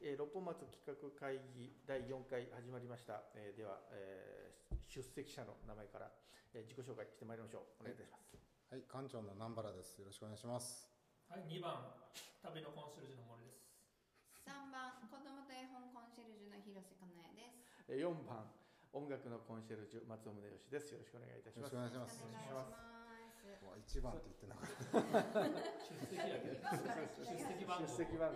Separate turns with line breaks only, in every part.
えー六本松企画会議第4回始まりました、えーでは、えー出席者の名前から、えー自己紹介してまいりましょうお願いいたします、
はい、館長の南原です。よろしくお願いします。
はい、2番、旅のコンシェルジュの森です。
三番子供と絵本コンシェルジュの広瀬かなえです。
えー4番音楽のコンシェルジュ松尾宗義ですよろしくお願いいたします
よろしくお願
お願いし
し
ます
うわ、一番
ます。
って言ってなかっ
出席やけど。出席番号。
出席番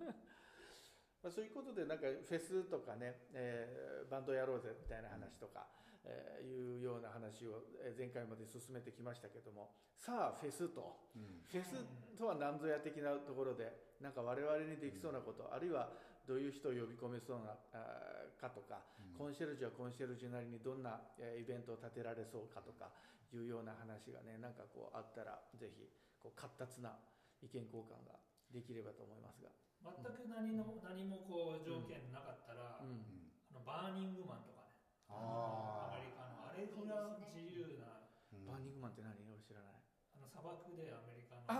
号 まあそういうことでなんかフェスとかね、えーバンドやろうぜみたいな話とか、えーいうような話をえー前回まで進めてきましたけどもさあフェスと、フェスとは何ぞや的なところでなんか我々にできそうなこと、あるいはどういう人を呼び込めそうなあーかとか、コンシェルジュはコンシェルジュなりにどんなえーイベントを立てられそうかとかいうような話がねなんかこうあったらぜひこう活発な意見交換ができればと思いますが、
全く何の、何もこう条件なかったら、
うん
あのバーニングマンとかね。
あー
アメリカの、あれが自由な、
た。うん
バーニングマンって何俺知らない
あの砂漠でアメリカの。
あ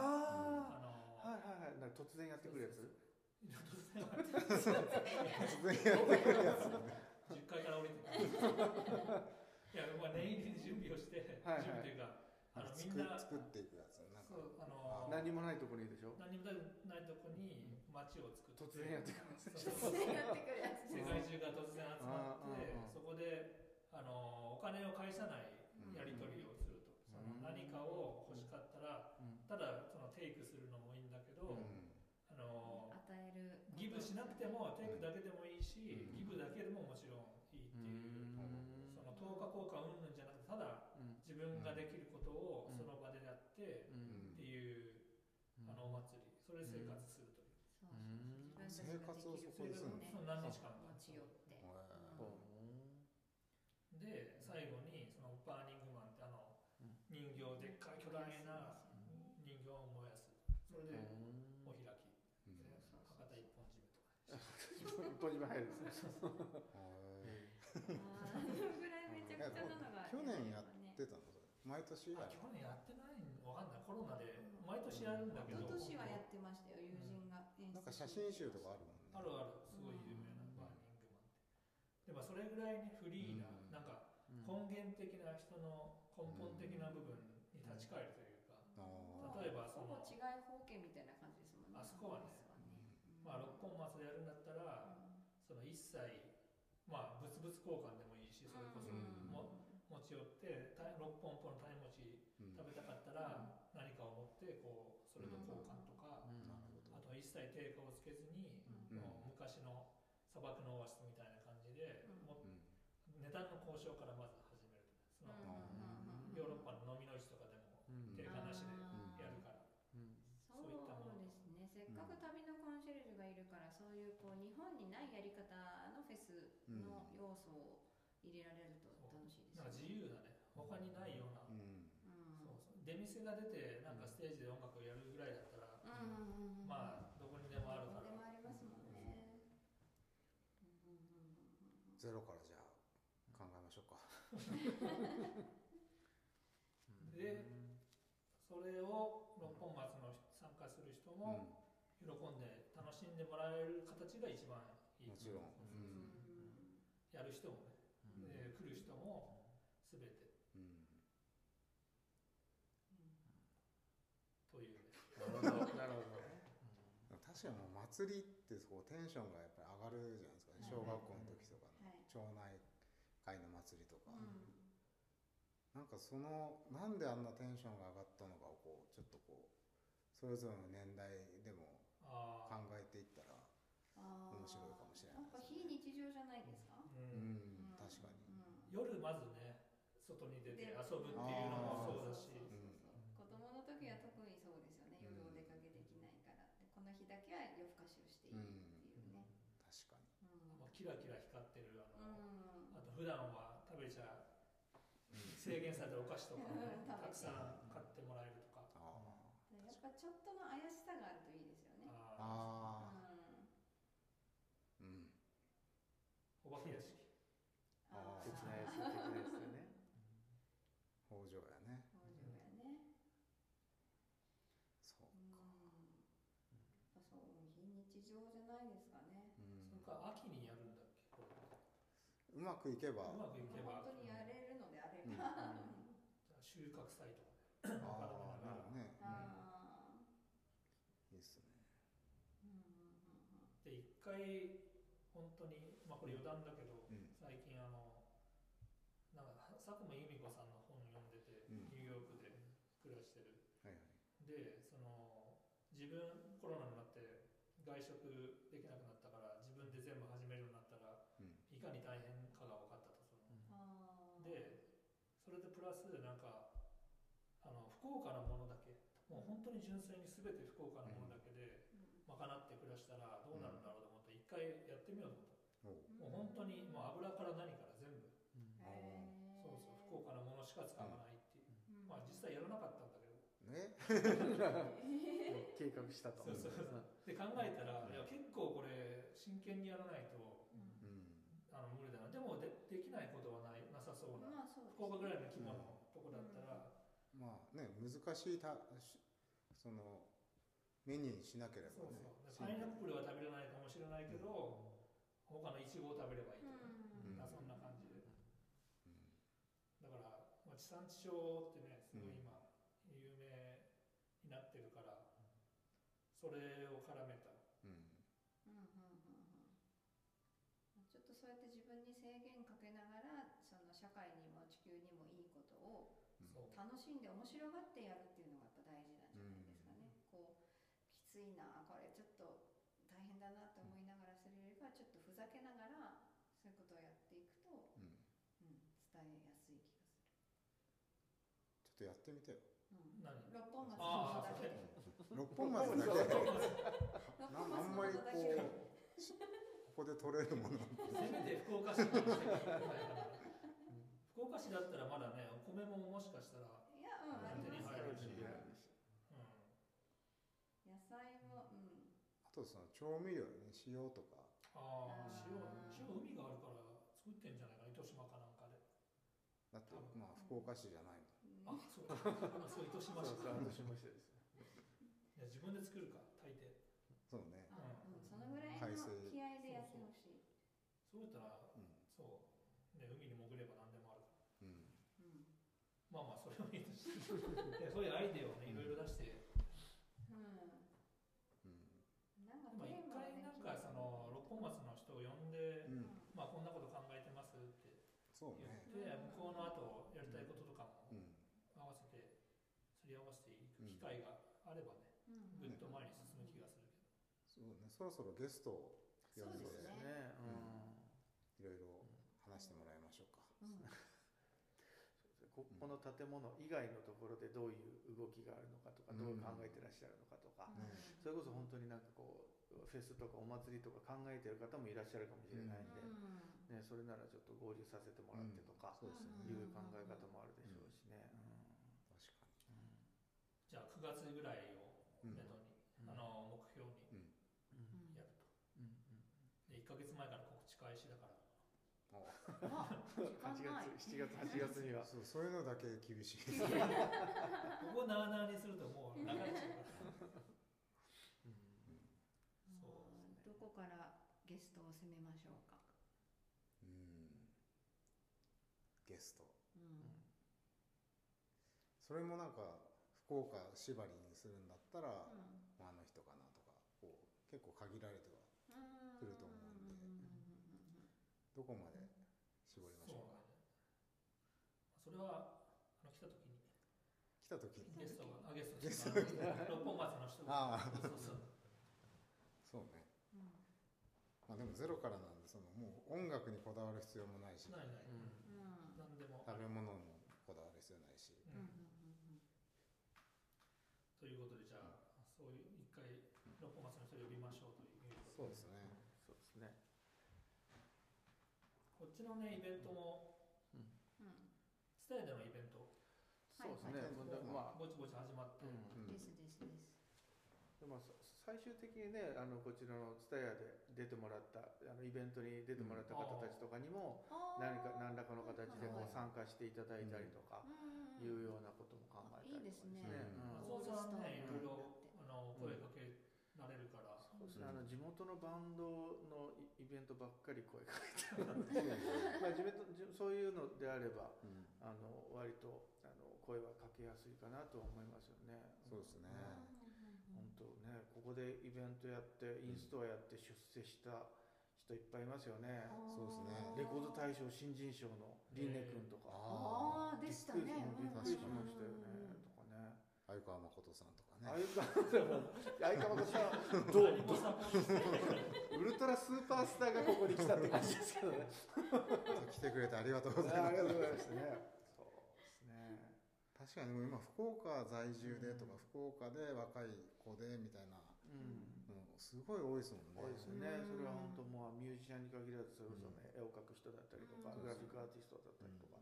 あ
あ
はいはいはいなんか突然やってくるやつ
の、突然
突然やってくるやつもね。
10階から降りてくる。 いや、まあ、念入りに準備をして、
はいはい
準備というか、あの、み
作
んな、
作っていくやつ。なんか。
そう、あの、
何もないところにでしょ
何もないとこに街を作って。
突然やってくる
そう
突然やってくるやつ。
世界中が突然集まっ
うんうんうん
てそこであのお金を返さないやり取りをすると、その
うん
何かを欲しかったら
うん
ただそのテイクするのもいいんだけど、
うん。
あの
与える。
ギブしなくてもテイクだけでもいいし、
うん
ギブだけでももちろんいいっていう、
うん
その等価交換うんぬんじゃなくてただ
うん
自分ができることを
うん
その場でやって
うん
っていう、あのお祭りそれで生活するという、
う
そう
ん
自分たちができる
生活をそ
そ
こ
れ
で
ですそ
る
こ
の
と
の
ほう
何日間か
ね持ち寄って。
で最後にそのバーニングマンってあの
うん
人形でっかい巨大な人形を燃やすそ
う
れで
ん
お開き
うん
で博多一本締めとか
閉じま入るんですね
へ
あのぐらいめちゃくちゃなのが。
ー去年やっ
ね。
てたのそれ。毎年や
あ
る。
去年やってないのわかんないコロナで毎年やるんだけ
一
ど
昨年はやってましたよ友人が演出。
なんか写真集とかあるもんね。
あるあるすごい有名なバーニングマンってでもそれぐらいにフリーな
うん
なんか
うん
根源的な人の根本的な部分に立ち返るというか
あー
例えばそ
ほぼ
の
違い方形みたいな感じですもんね。
あそこはね
うん
まあ六本松でやるんだったらその一切まあ物々交換でもいいしそれこそ
うん
も持ち寄ってた六本ポの種餅
うん。な
食べたかったら何かを持ってこうそれと交換とか
う、ん
る
あと一切定価をつけずに、
うん
もう昔の砂漠のオアシスみたいな感じで、
うん
も
ほど。うん。
う値段の交渉からまず始めるその、
うん
ヨーロッパの飲みの市とかでも
うん
定価なしで
あ
や
ー
るから、
うん
そ
そ
う
ういったもの
ですねせっかく旅のコンシェルジュがいるから、そういうこう日本にないやり方のフェスの要素を入れられると楽しいです
なんか
よね、
自由だね他にないような、
うん。
そうそう出店が出てなんかステージで音楽をやるぐらいだったら、
うんうんうんうんうん
まあどこにでもあるか
どこでも
ら
ありますもんね
ゼロからじゃあ考えましょうか。
でそれを六本松の参加する人
うん。
も
も
喜んで楽しんでもらえる形が一番いい、
ちろん。う
うん
ん。
やる人も
うん
ね、で来る人も全て
うん。
というね
なるほどなるほど
でも確かにもう祭りってこうテンションがやっぱり上がるじゃないですか、ね、
はい
小学校の時とかの、
はい
町内会の祭りとか、
うん
なんかそのなんであんなテンションが上がったのかをこうちょっとこうそれぞれの年代でも
あ
考
あ
えていったら
あー
面白いかもしれない
なんか非日常じゃないですか、
う
うん、
ん
確かに
うん
夜まずね外に出て遊ぶっていうの
あ
も
ー
そうだし
そうそうそう子供の時は特にそうですよね夜お出かけできないからでこの日だけは夜更かしをしていいっていうね
確か
うん
もうキラキラ光ってるあの、
うん
あと普段は食べちゃ制限されたお菓子とかをね
うん
たくさん買ってもらえるとか
にあ
やっぱちょっとの怪しさがあるといいですよね
あ
あ
うん
あーうん
ーお化け屋敷
あー
切
あ
ないです切ないですよね
北条やね
ー工場やね
そ
うんやっぱそう非日常じゃないですかね
ううんうまくいけば、
うまくいけば、
本当にやれるのであれ
うん、
ば、
あ
収穫祭とかね。
あなる
わ
ほ
かる
どね、
ああ
うん、いいっすね
うんうんうんうん
で、一回、本当に、まあこれ余談だけど、
うん
最近あの、なんか佐久間由美子さんの本読んでて、
うん
ニューヨークで暮らしてる。
はいはい
でその自分コロナになって外食できなくなったから自分で全部始めるようになったら
うん
いかに大変かが分かったとその
あー
でそれでプラスなんかあの福岡のものだけもう本当に純粋に全て福岡のものだけで
うん
賄って暮らしたらどうなるんだろうと思って一回やってみようと思っ
おう
た、もう本当にもう油から何から全部
うん
へー
そうそう福岡のものしか使わないっていう、
うん
まあ実際やらなかったんだけど
ね
計画したと
そうそうで考えたら、いや結構これ真剣にやらないと
うん
うん
あの無理だなでもでできないことはないなさそうな
まあそうですね
福岡ぐらいの規模のとこだったら、
まあね難しいたしそのメニューにしなければ
そう
ね
そうパイナップルは食べれないかもしれないけど、他のイチゴを食べればいいとか、
うん
まあそんな感じでだから、まあ、地産地消ってねすごい今有名になってるから、それを絡めた
うんうん
うんうんうんうんちょっとそうやって自分に制限かけながらその社会にも地球にもいいことを
そう
楽しんで面白がってやるっていうのがやっぱ大事なんじゃないですかね、こうきついなこれちょっと大変だなと思いながらするよりはちょっとふざけながらそういうことをやっていくと、うん、
うん
伝えやすい気がす
ちょっとやってみてよ。
る、うん、
何
六本松
あ
の
あ
こ
そ
とだけ
れ
で
六本松だけな
六
あん
本松の
ま
こ
り
と
こ
だけで
うしここで取れるもの
せめて福岡市にしてみたいな福岡市だったらまだねお米ももしかしたら、
いやうんありますよ、
手に入るし
う
うん、
ん野菜もうん
あとその調味料に塩とか
ああ
あ
塩
ー
塩海があるから作ってんじゃないかな糸島かなんかで
だってまあ福岡市じゃないの
あそう かあそう糸島市かい
しましてです
や自分で作るか大抵
そうね
あうんそのぐらいの
海水
気合でやってほしい。
そういったら
うん
そう、ね、海に潜れば何でもあるか
うん
ら
うん
まあまあそれはいい としていやそういうアイデアをねいろいろ出して
うん
うん
なんか
今
テ
一
ーマ
回
をね
なんかその六本松の人を呼
う
んで、
ん
まあこんなこと考えてますって
そう
言っ
ね
て、向こうの後やりたいこととか
う
も
ん
合わせてすり合わせていく機会があればね
うん
ぐっと前に進む気がするけど。
そうねそろそろゲストを呼んで
そうですね
ね
いろいろ話してもらいましょうか
うんうん
うんここの建物以外のところでどういう動きがあるのかとかどう考えてらっしゃるのかとか、
ね
それこそ本当になんかこうフェスとかお祭りとか考えてる方もいらっしゃるかもしれないんで、ね、それならちょっと合流させてもらってとか、
そうですね
いう考え方もあるでしょうしね。
確か
じゃあ9月ぐらいを
に
め
うん
どに、あの目標に
うん
やると。
うん
で1ヶ月前から告知開始だから。
あ
8月、7月、8月 には。
そうそういうのだけ厳しい
ここなあなあにするともう流れちゃう から。
そうどこからゲストを攻めましょうか。
うんゲスト
うん
それもなんか福岡縛りにするんだったら、
うん
まああの人かなとかこう結構限られては来ると思うんで
うん
どこまで絞りまし
そ
ょ
う
うか
だね。それはあの来た時に
来た時に
ゲストが、あゲスト
ゲ
で
ス
す
ト
あの六本松の人が。
ああ
そうそうそう。
そうね、
うん
まあ、でもゼロからなんでそのもう音楽にこだわる必要もないし
しないない。
うん
何でも。
食べ物もこだわる必要ないし
う
うんう
ん
ん
ということでじゃあそういう一回六本松の人呼びましょうという。
そうですね
そうですね。
こっちのねイベントも
うんうん
スタイルのイベント。
そうですね。まあ、
ぼちぼち始まっ
う
て、
ん。
うん
ですですです。
でもさ最終的にねあのこちらの蔦屋で出てもらったあのイベントに出てもらった方たちとかにも何か何らかの形でこう
はい
参加していただいたりとか
うん
いうようなことも考えたりとかですね
いいです
ね
うん
松尾さんね、いろいろ
うん
あの声かけられるから、
そうですねあの地元のバンドのイイベントばっかり声かけてまあ自分と自分そういうのであれば
うん
あの割とあの声はかけやすいかなとは思いますよね。
そうですね
本当ねここでイベントやってインストアやって出世した人いっぱいいますよね。
そうですね
レコード大賞新人賞のリンネ君とか。
あーでしたね
びっくりしましたよ
うんうんうん
ね。とかね。
相川誠さんとか
あ
ね
ゆかあゆかまこさん、 どう
何もサポートしてない
ウルトラスーパースターがここに来たって感じですけどね。
来てくれてありがとうござ い
あ
ま
り
す
がとうございますね。 そうですね。
確かにもう今福岡在住でとか福岡で若い子でみたいな
うん。
もうすごい多いですもんね
多いですよね。それは本当もうミュージシャンに限らず、それこそね、絵を描く人だったりとか、
うん
グラフィックアーティストだったりとか、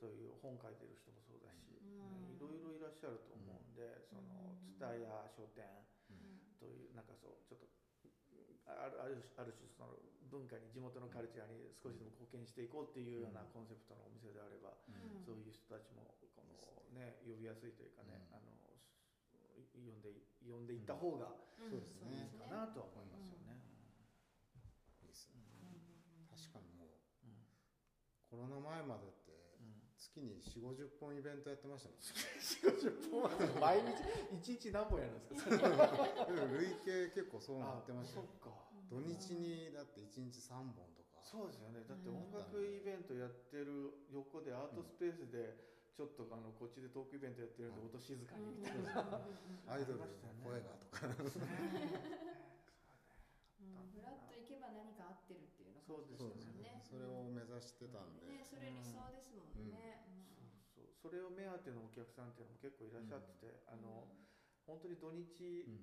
そういう本書いてる人もそうだし、
う
ね
ん
いろいろいらっしゃると思うんで、その、ツタヤ書店という、なんかそう、ちょっと、あるあるある種その文化に地元のカルチャーに少しでも貢献していこうっていうようなコンセプトのお店であれば、
うん
そういう人たちもこのね呼びやすいというかね、
うん
あの呼んで呼んでいった方が
そうです
い
ね
いかなとは思いますよね。
いいですね確
確
かにも
う
う
んうん
コロナ前までって月に4 5 0本イベントやってましたもんね
四五十分毎日一日何本やるんですか。
でも累計結構そうなってました
そっ
よ
か。
土日にだって1日3本とか
そうですよね。だって音楽イベントやってる横でアートスペースでちょっとあのこっちでトークイベントやってるんで音静かにみたいな。
アイドルの声がとか
フラッと行けば何か合ってるっていうのが
そうです
そ
よ
うです
ね。
ねそれを目指してたんで
ねそれ理想ですもんね
そうそうそれを目当てのお客さんっていうのも結構いらっしゃってて、あの本当に土日、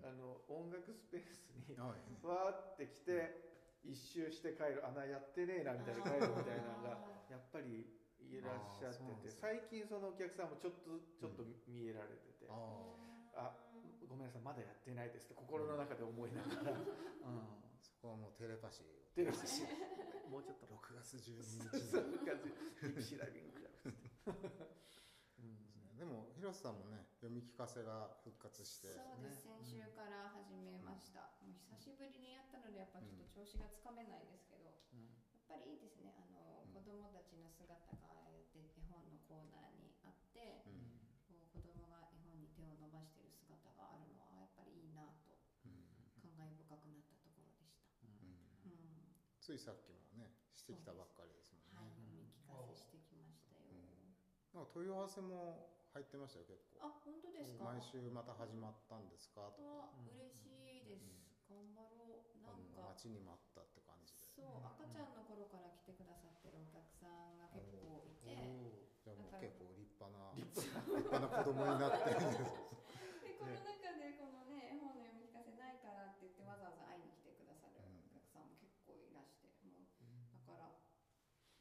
うん
あの音楽スペースに
はい
わーって来て、一周して帰る穴やってねえなみたいな帰るみたいなのがやっぱりいらっしゃっ
あーそうなん
て
で
て
す
最近そのお客さんもちょっとちょっと見えられてて、
ああ
ごめんなさいまだやってないですって心の中で思いながら、うん、
そこはもうテレパシーを
出るらしいもうちょっと
6月12日
そういう感じディープシーダイビングじゃなくて、うん
でも広瀬さんもね読み聞かせが復活して
そうです先週から始めましたもう久しぶりにやったのでやっぱちょっと調子がつかめないですけど
うん
やっぱりいいですねあの子供たちの姿がああやって絵本のコーナーにあって
うん
こう子供が絵本に手を伸ばしてる姿があるのはやっぱりいいなと
うん
感慨深くなったところでした、
うん
うん
ついさっきもねしてきたばっかりですもん
はい、
ね
読み聞かせしてきましたよ。
なんか問い合わせも入ってましたよ結構
あ、本当ですか。
毎週また始まったんですかとか
あ、嬉しいです。頑張ろう。なん
あの待
か。
ちに待ったって感じで
そう、赤ちゃんの頃から来てくださってるお客さんが結構いて。
じゃあもう結構立派な
立
立派な子供になってるんです
で、この中で、このね、絵本の読み聞かせないからって言って、わざわざ会いに来てくださるお客さんも結構いらして。もう、だから。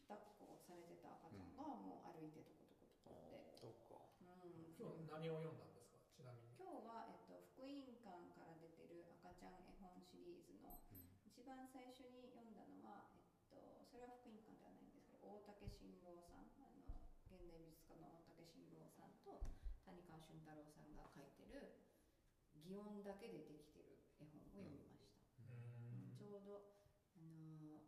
抱っこされてた赤ちゃんが、もう歩いてとことことこって。
そうか
うん。
今日何を読んだんですかちなみに
今日は、えっと、福音館から出てる赤ちゃん絵本シリーズの
うん
一番最初に読んだのは、えっと、それは福音館ではないんですけど大竹新郎さんあの現代美術家の大竹新郎さんと谷川俊太郎さんが書いてる擬音だけでできてる絵本を読みました、
うん
ちょうど、あの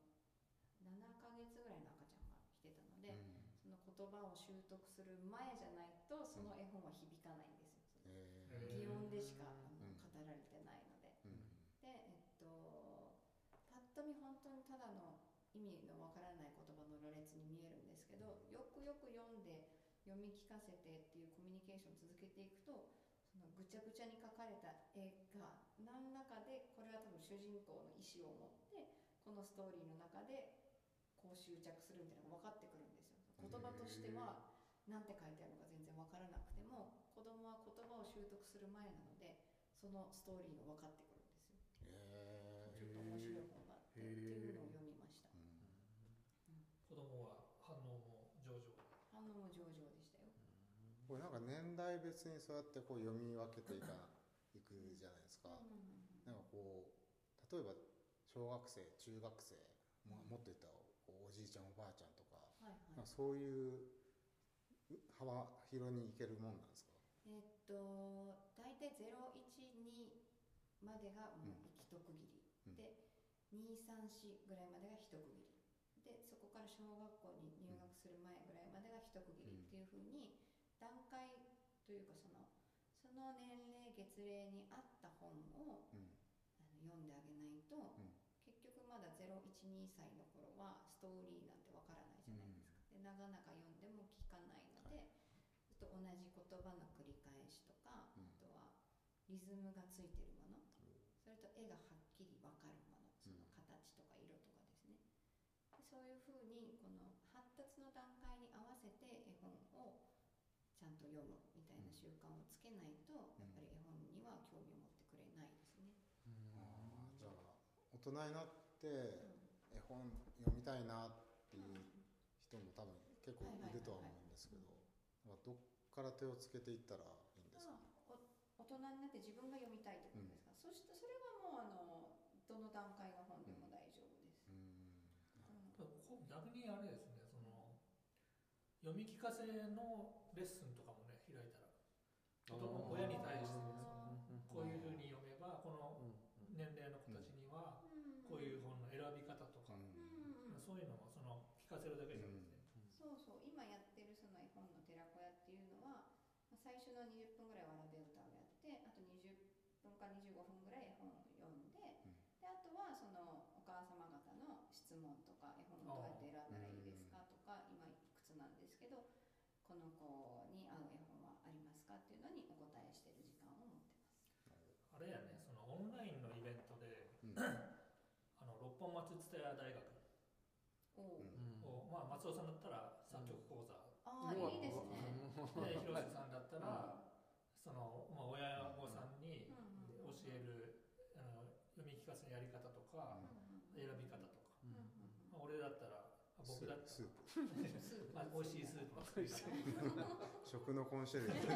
7ヶ月ぐらいの赤ちゃんが来てたので、その言葉を習得する前じゃないとその絵本は響かないんですよ、
うんえ
へー
擬音でしかあの
うん
語られてないので、
ーうん
でえっとパッと見本当にただの意味のわからない言葉の羅列に見えるんですけどよくよく読んで読み聞かせてっていうコミュニケーションを続けていくとそのぐちゃぐちゃに描かれた絵が何らかでこれは多分主人公の意思を持ってこのストーリーの中でこう執着するみたいなのが分かってくるんですよ言葉としてはなんて書いてあるのか全然わからなくても子供は言葉を習得する前なのでそのストーリーが分かってくるんですよ
え
ちょっと面白い本があってっていうのを読みました
ーうん
子供は反応も上々
反応も上々でしたよ
これなんか年代別にそうやってこう読み分けていかいくじゃないですか、なんかこう例えば小学生中学生ももっと言ったらこうおじいちゃんおばあちゃんとか
はい
なん
はい
かそういう幅広にいけるもんなんですか
えーっと大体012までがもう行きと区切り、
うん
で234ぐらいまでが一区切りでそこから小学校に入学する前ぐらいまでが一区切りっていうふうに段階というかそのその年齢月齢に合った本を
うん
あの読んであげないと、
ん
結局まだ012歳の頃はストーリーなんてわからないじゃないですか、でなかなか読んでも聞かないので、ずっと同じ言葉の繰り返しとか、
うん
あとはリズムがついてるもの、それと絵がはっきりわかるものその形とか色とかですね、でそういうふうにこの発達の段階に合わせて絵本をちゃんと読むみたいな習慣をつけないと、
ん
やっぱり絵本には興味を持ってくれないですね。
あーじゃあ大人になって
う
絵本読みたいなってい
ん
う人も多分結構いるとは思うんですけど、まあどっから手をつけていったらいいんですか、
まあお大人になって自分が読みたいってことですか、そしてそれはもうあのどの段階の本でも大丈夫で
う
す、
ん
うん
こう逆にあれですねその読み聞かせのレッスンとかもね開いたら子供
あー
親に対して
あー
こういうふうに読めばこの年齢の子たちにはこういう
う
本の選び方とか、
うん
ん、うん、
そういうのもその聞かせるだけじゃなくて、
そうそう今やってるその絵本の寺子屋っていうのはまあ最初の20分ぐらいわらべ歌をやってあと20分か25分ぐらい絵本を読ん
うん
で,、であとはそのお母様方の質問とか絵本をどうやって選んだらいいですかとか今いくつなんですけどこの子に合う絵本はありますかっていうのにお答えしてる時間を持ってます。
あれやねそのオンラインのイベントで、
うん
あの六本松蔦屋大学
お
うん
ー
を、まあ、松尾さんだったら作曲講座、
ああ
うわ
いいですね。
で広瀬さんだったら、
う
その、まあ、親御さんに
うんうん
教える、あの読み聞かせのやり方とか、選び方とか、
うんうん
まあ、俺だったらあ僕だったら
スープ
スー プ
まあ、美味しいスープを作りたい
食のコンシェルジュ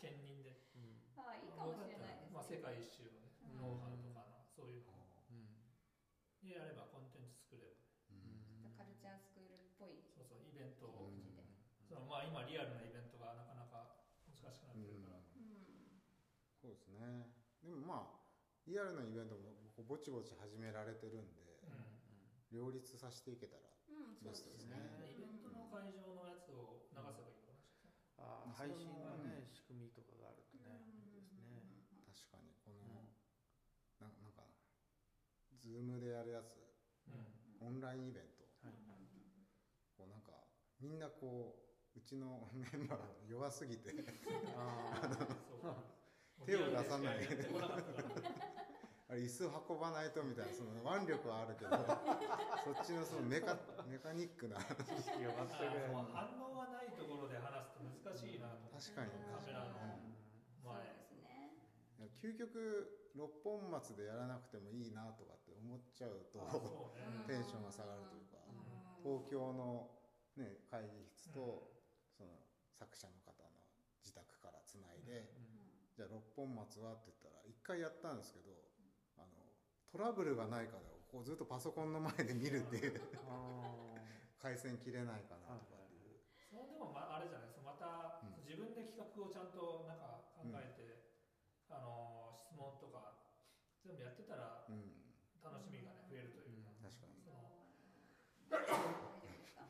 兼任で
ああいいかもしれないですね。
まあ、世界一周のね、
うん
ノウハウとかのそういうのでやればコンテンツ作れば
カルチャースクールっぽい
そうそうイベント
う
を、
ん
そのまあ、今リアルなイベントがなかなか難しくなってるから、
うん
そうですねでもまあリアルなイベントもこうぼちぼち始められてるんで、
うん
両立させていけたら
うん、そうですね。
イベントの会場のやつを流せばいいのかな
あー配信のね仕組みとかがあるとねいいですね。
確かにこの、
うん
ななんかズームでやるやつ
うん
オンラインイベント
はい
こうなんかみんなこううちのメンバー弱すぎて
あー
そう
手を出さない
リアルでしかやってこなかったから
あれ椅子運ばないとみたいなその腕力はあるけどそっちのそのメカメカニックな
知識が
あ
全く
ー
ない
もう反応がないところで話すと難しいなと思って
確かに
カメラの
そう
前
ですね。
究極六本松でやらなくてもいいなとかって思っちゃう
あ
と
そうね、
テンションが下がるというか東
京。
京の、ね、会議室と、
う
その作者の方の自宅からつないで。じゃあ六本松はって言ったら一回やったんですけどあのトラブルがないかでこうずっとパソコンの前で見るっていう回線切れないかなとかっていう、
そのでもまあれじゃないですかまた
うん
自分で企画をちゃんとなんか考えて、あの質問とか全部やってたら
うん
楽しみがね増えるというか、
確かに
その
大丈夫ですか。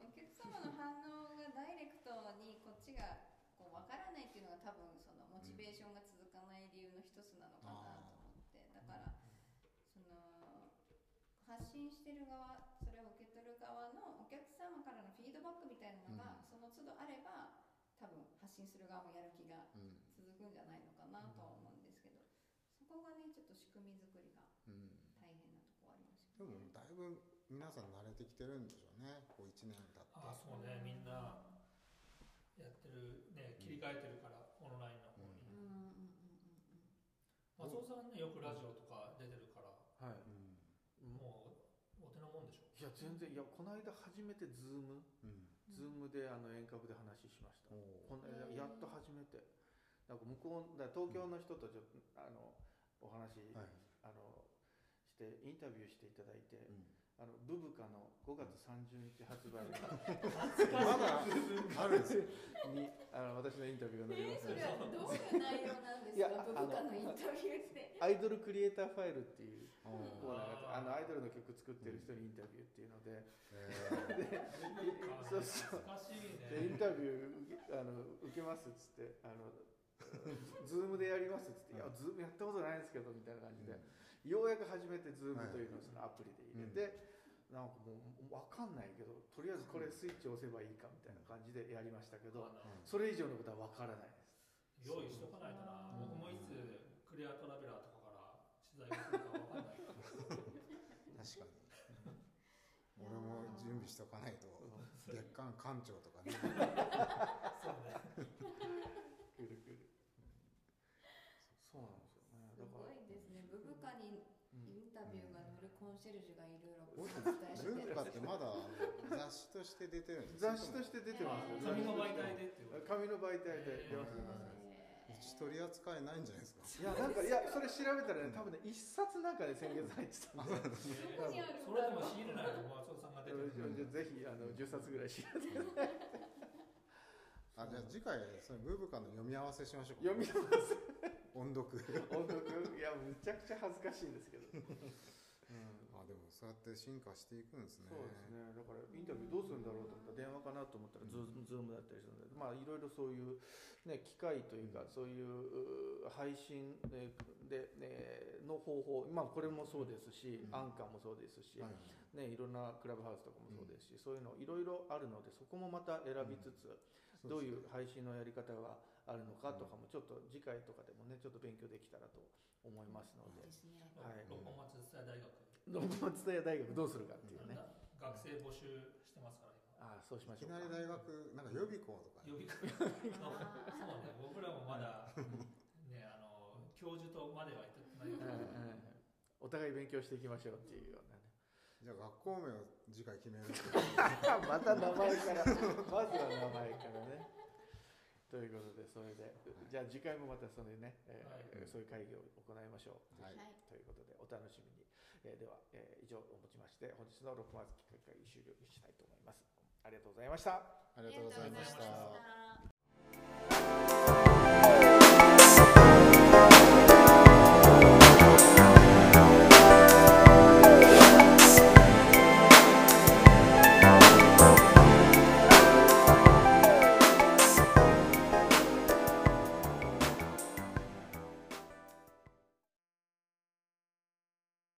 お客様の反応がダイレクトにこっちがこうわからないっていうのが多分そのモチベーションが続かない理由の一つなのかなと思ってだからその発信してる側それを受け取る側のお客様からのフィードバックみたいなのが、その都度あれば多分発信する側もやる気が
うん
続くんじゃないのかなとは思うんですけど、そこがねちょっと仕組み作りが
うん
大変なとこあります
で
よ
も
ね。
だいぶ皆さん慣れてきてるんでしょうねこう1年経って
あそうねみんなやってるね切り替えてるからオンラインの方に、
うんうんうんうんうん
松尾さんねよくラジオとか出てるから
はい。
うん
も
もうお手のもんでしょ
ういや全然いやこの間初めてズーム
うん
ズームであの遠隔で話しました。
お
この
ー
間やっと初めて。なんか向こうだから東京の人とちょっとあのお話
はい
あのしてインタビューしていただいて
うん
あのブブカの5月30日発売
まだあ るんですよ。
にあの私のインタビューが載り
え
ま
ー、
す
そ
の
れ
で
はどういう内容なんです
いや
か、
あ
部下のインタビューって。
アイドルクリエイターファイルっていうコー
うん
ナーがあってあのアイドルの曲作ってる人にインタビューっていうので
え
そうそう
難しい
でイ
ね
ンタビュー受けあの受けますっつってあ のズームでやりますっつって「いやズームやったことないんですけど」みたいな感じ
ー
で、ようやく初めてズームというのを
はい
そのアプリで入れて、なんかもう分かんないけどとりあえずこれスイッチ押せばいいかみたいな感じでやりましたけど、それ以上のことは分からないです
用意しとかないとな
うん
僕もいつクレアトラベラーとかから取材が来るか分かんない
うん
から
確かに。俺も準備しとかないと、月刊館長とかね。
そ
く
うね
るくるそうなんですよね
す
だか
ご
ら、
いですね、部下
う
に
ん
インタビューが載るコンシェルジュがいろいろお
僕
伝えして
文
る。
化ってまだ雑誌として出てるんです
雑誌としてて出てますよ
紙の媒体でっていうこと
紙の媒体で出ます出ます
え
うち取り扱いないんじゃないですか。
いやなんかいやそれ調べたらね多分ね一冊なんかで先月入ってたんで
ーどこにある
そ
ん
れでも
だろう
仕入れないと松尾さんが出て くる
じゃあぜひあの10冊ぐらい調べて
あじゃあ次回そのブブカの読み合わせしましょうか。
読みます
音
音
読。
読いやむちゃくちゃ恥ずかしいんですけど、
あでもそうやって進化していくんですね。
そうですねだからインタビューどうするんだろうと思ったら電話かなと思ったらズームズームだったりするのでまあいろいろそういう、ね、機械というかそういうう配信えーで、ね、の方法まあこれもそうですし、
うん
アンカーもそうですし、
はい
ね、いろんなクラブハウスとかもそうですし、そういうのいろいろあるのでそこもまた選びつつ、どういう配信のやり方があるのかとかもちょっと次回とかでもねちょっと勉強できたらと思いますので
で。すね。
はい
六本松伝大学
ロボットや大学どうするかっていうね。
学生募集してますから
あ
今
あ、そうしま
い
しょ
き
うか
な。り大学なんか予備校とかね、
予備校
あー
そうね、僕らもまだ、ね、あの教授とまでは言ってないけ
うんうん
ど、
お互い勉強していきましょうっていうようなね。
じゃあ学校名を次回決める。
また名前から、まずは名前からね。ということで、それで、じゃあ次回もまたそのね、えー
はい
そういう会議を行いましょう。
はい
はい。
ということで、お楽しみに。えーでは、えー以上をもちまして、本日の6月企画会議終了したいと思います。ありがとうございました。
ありがとうございまし
ありがとうござい
た
ま。した。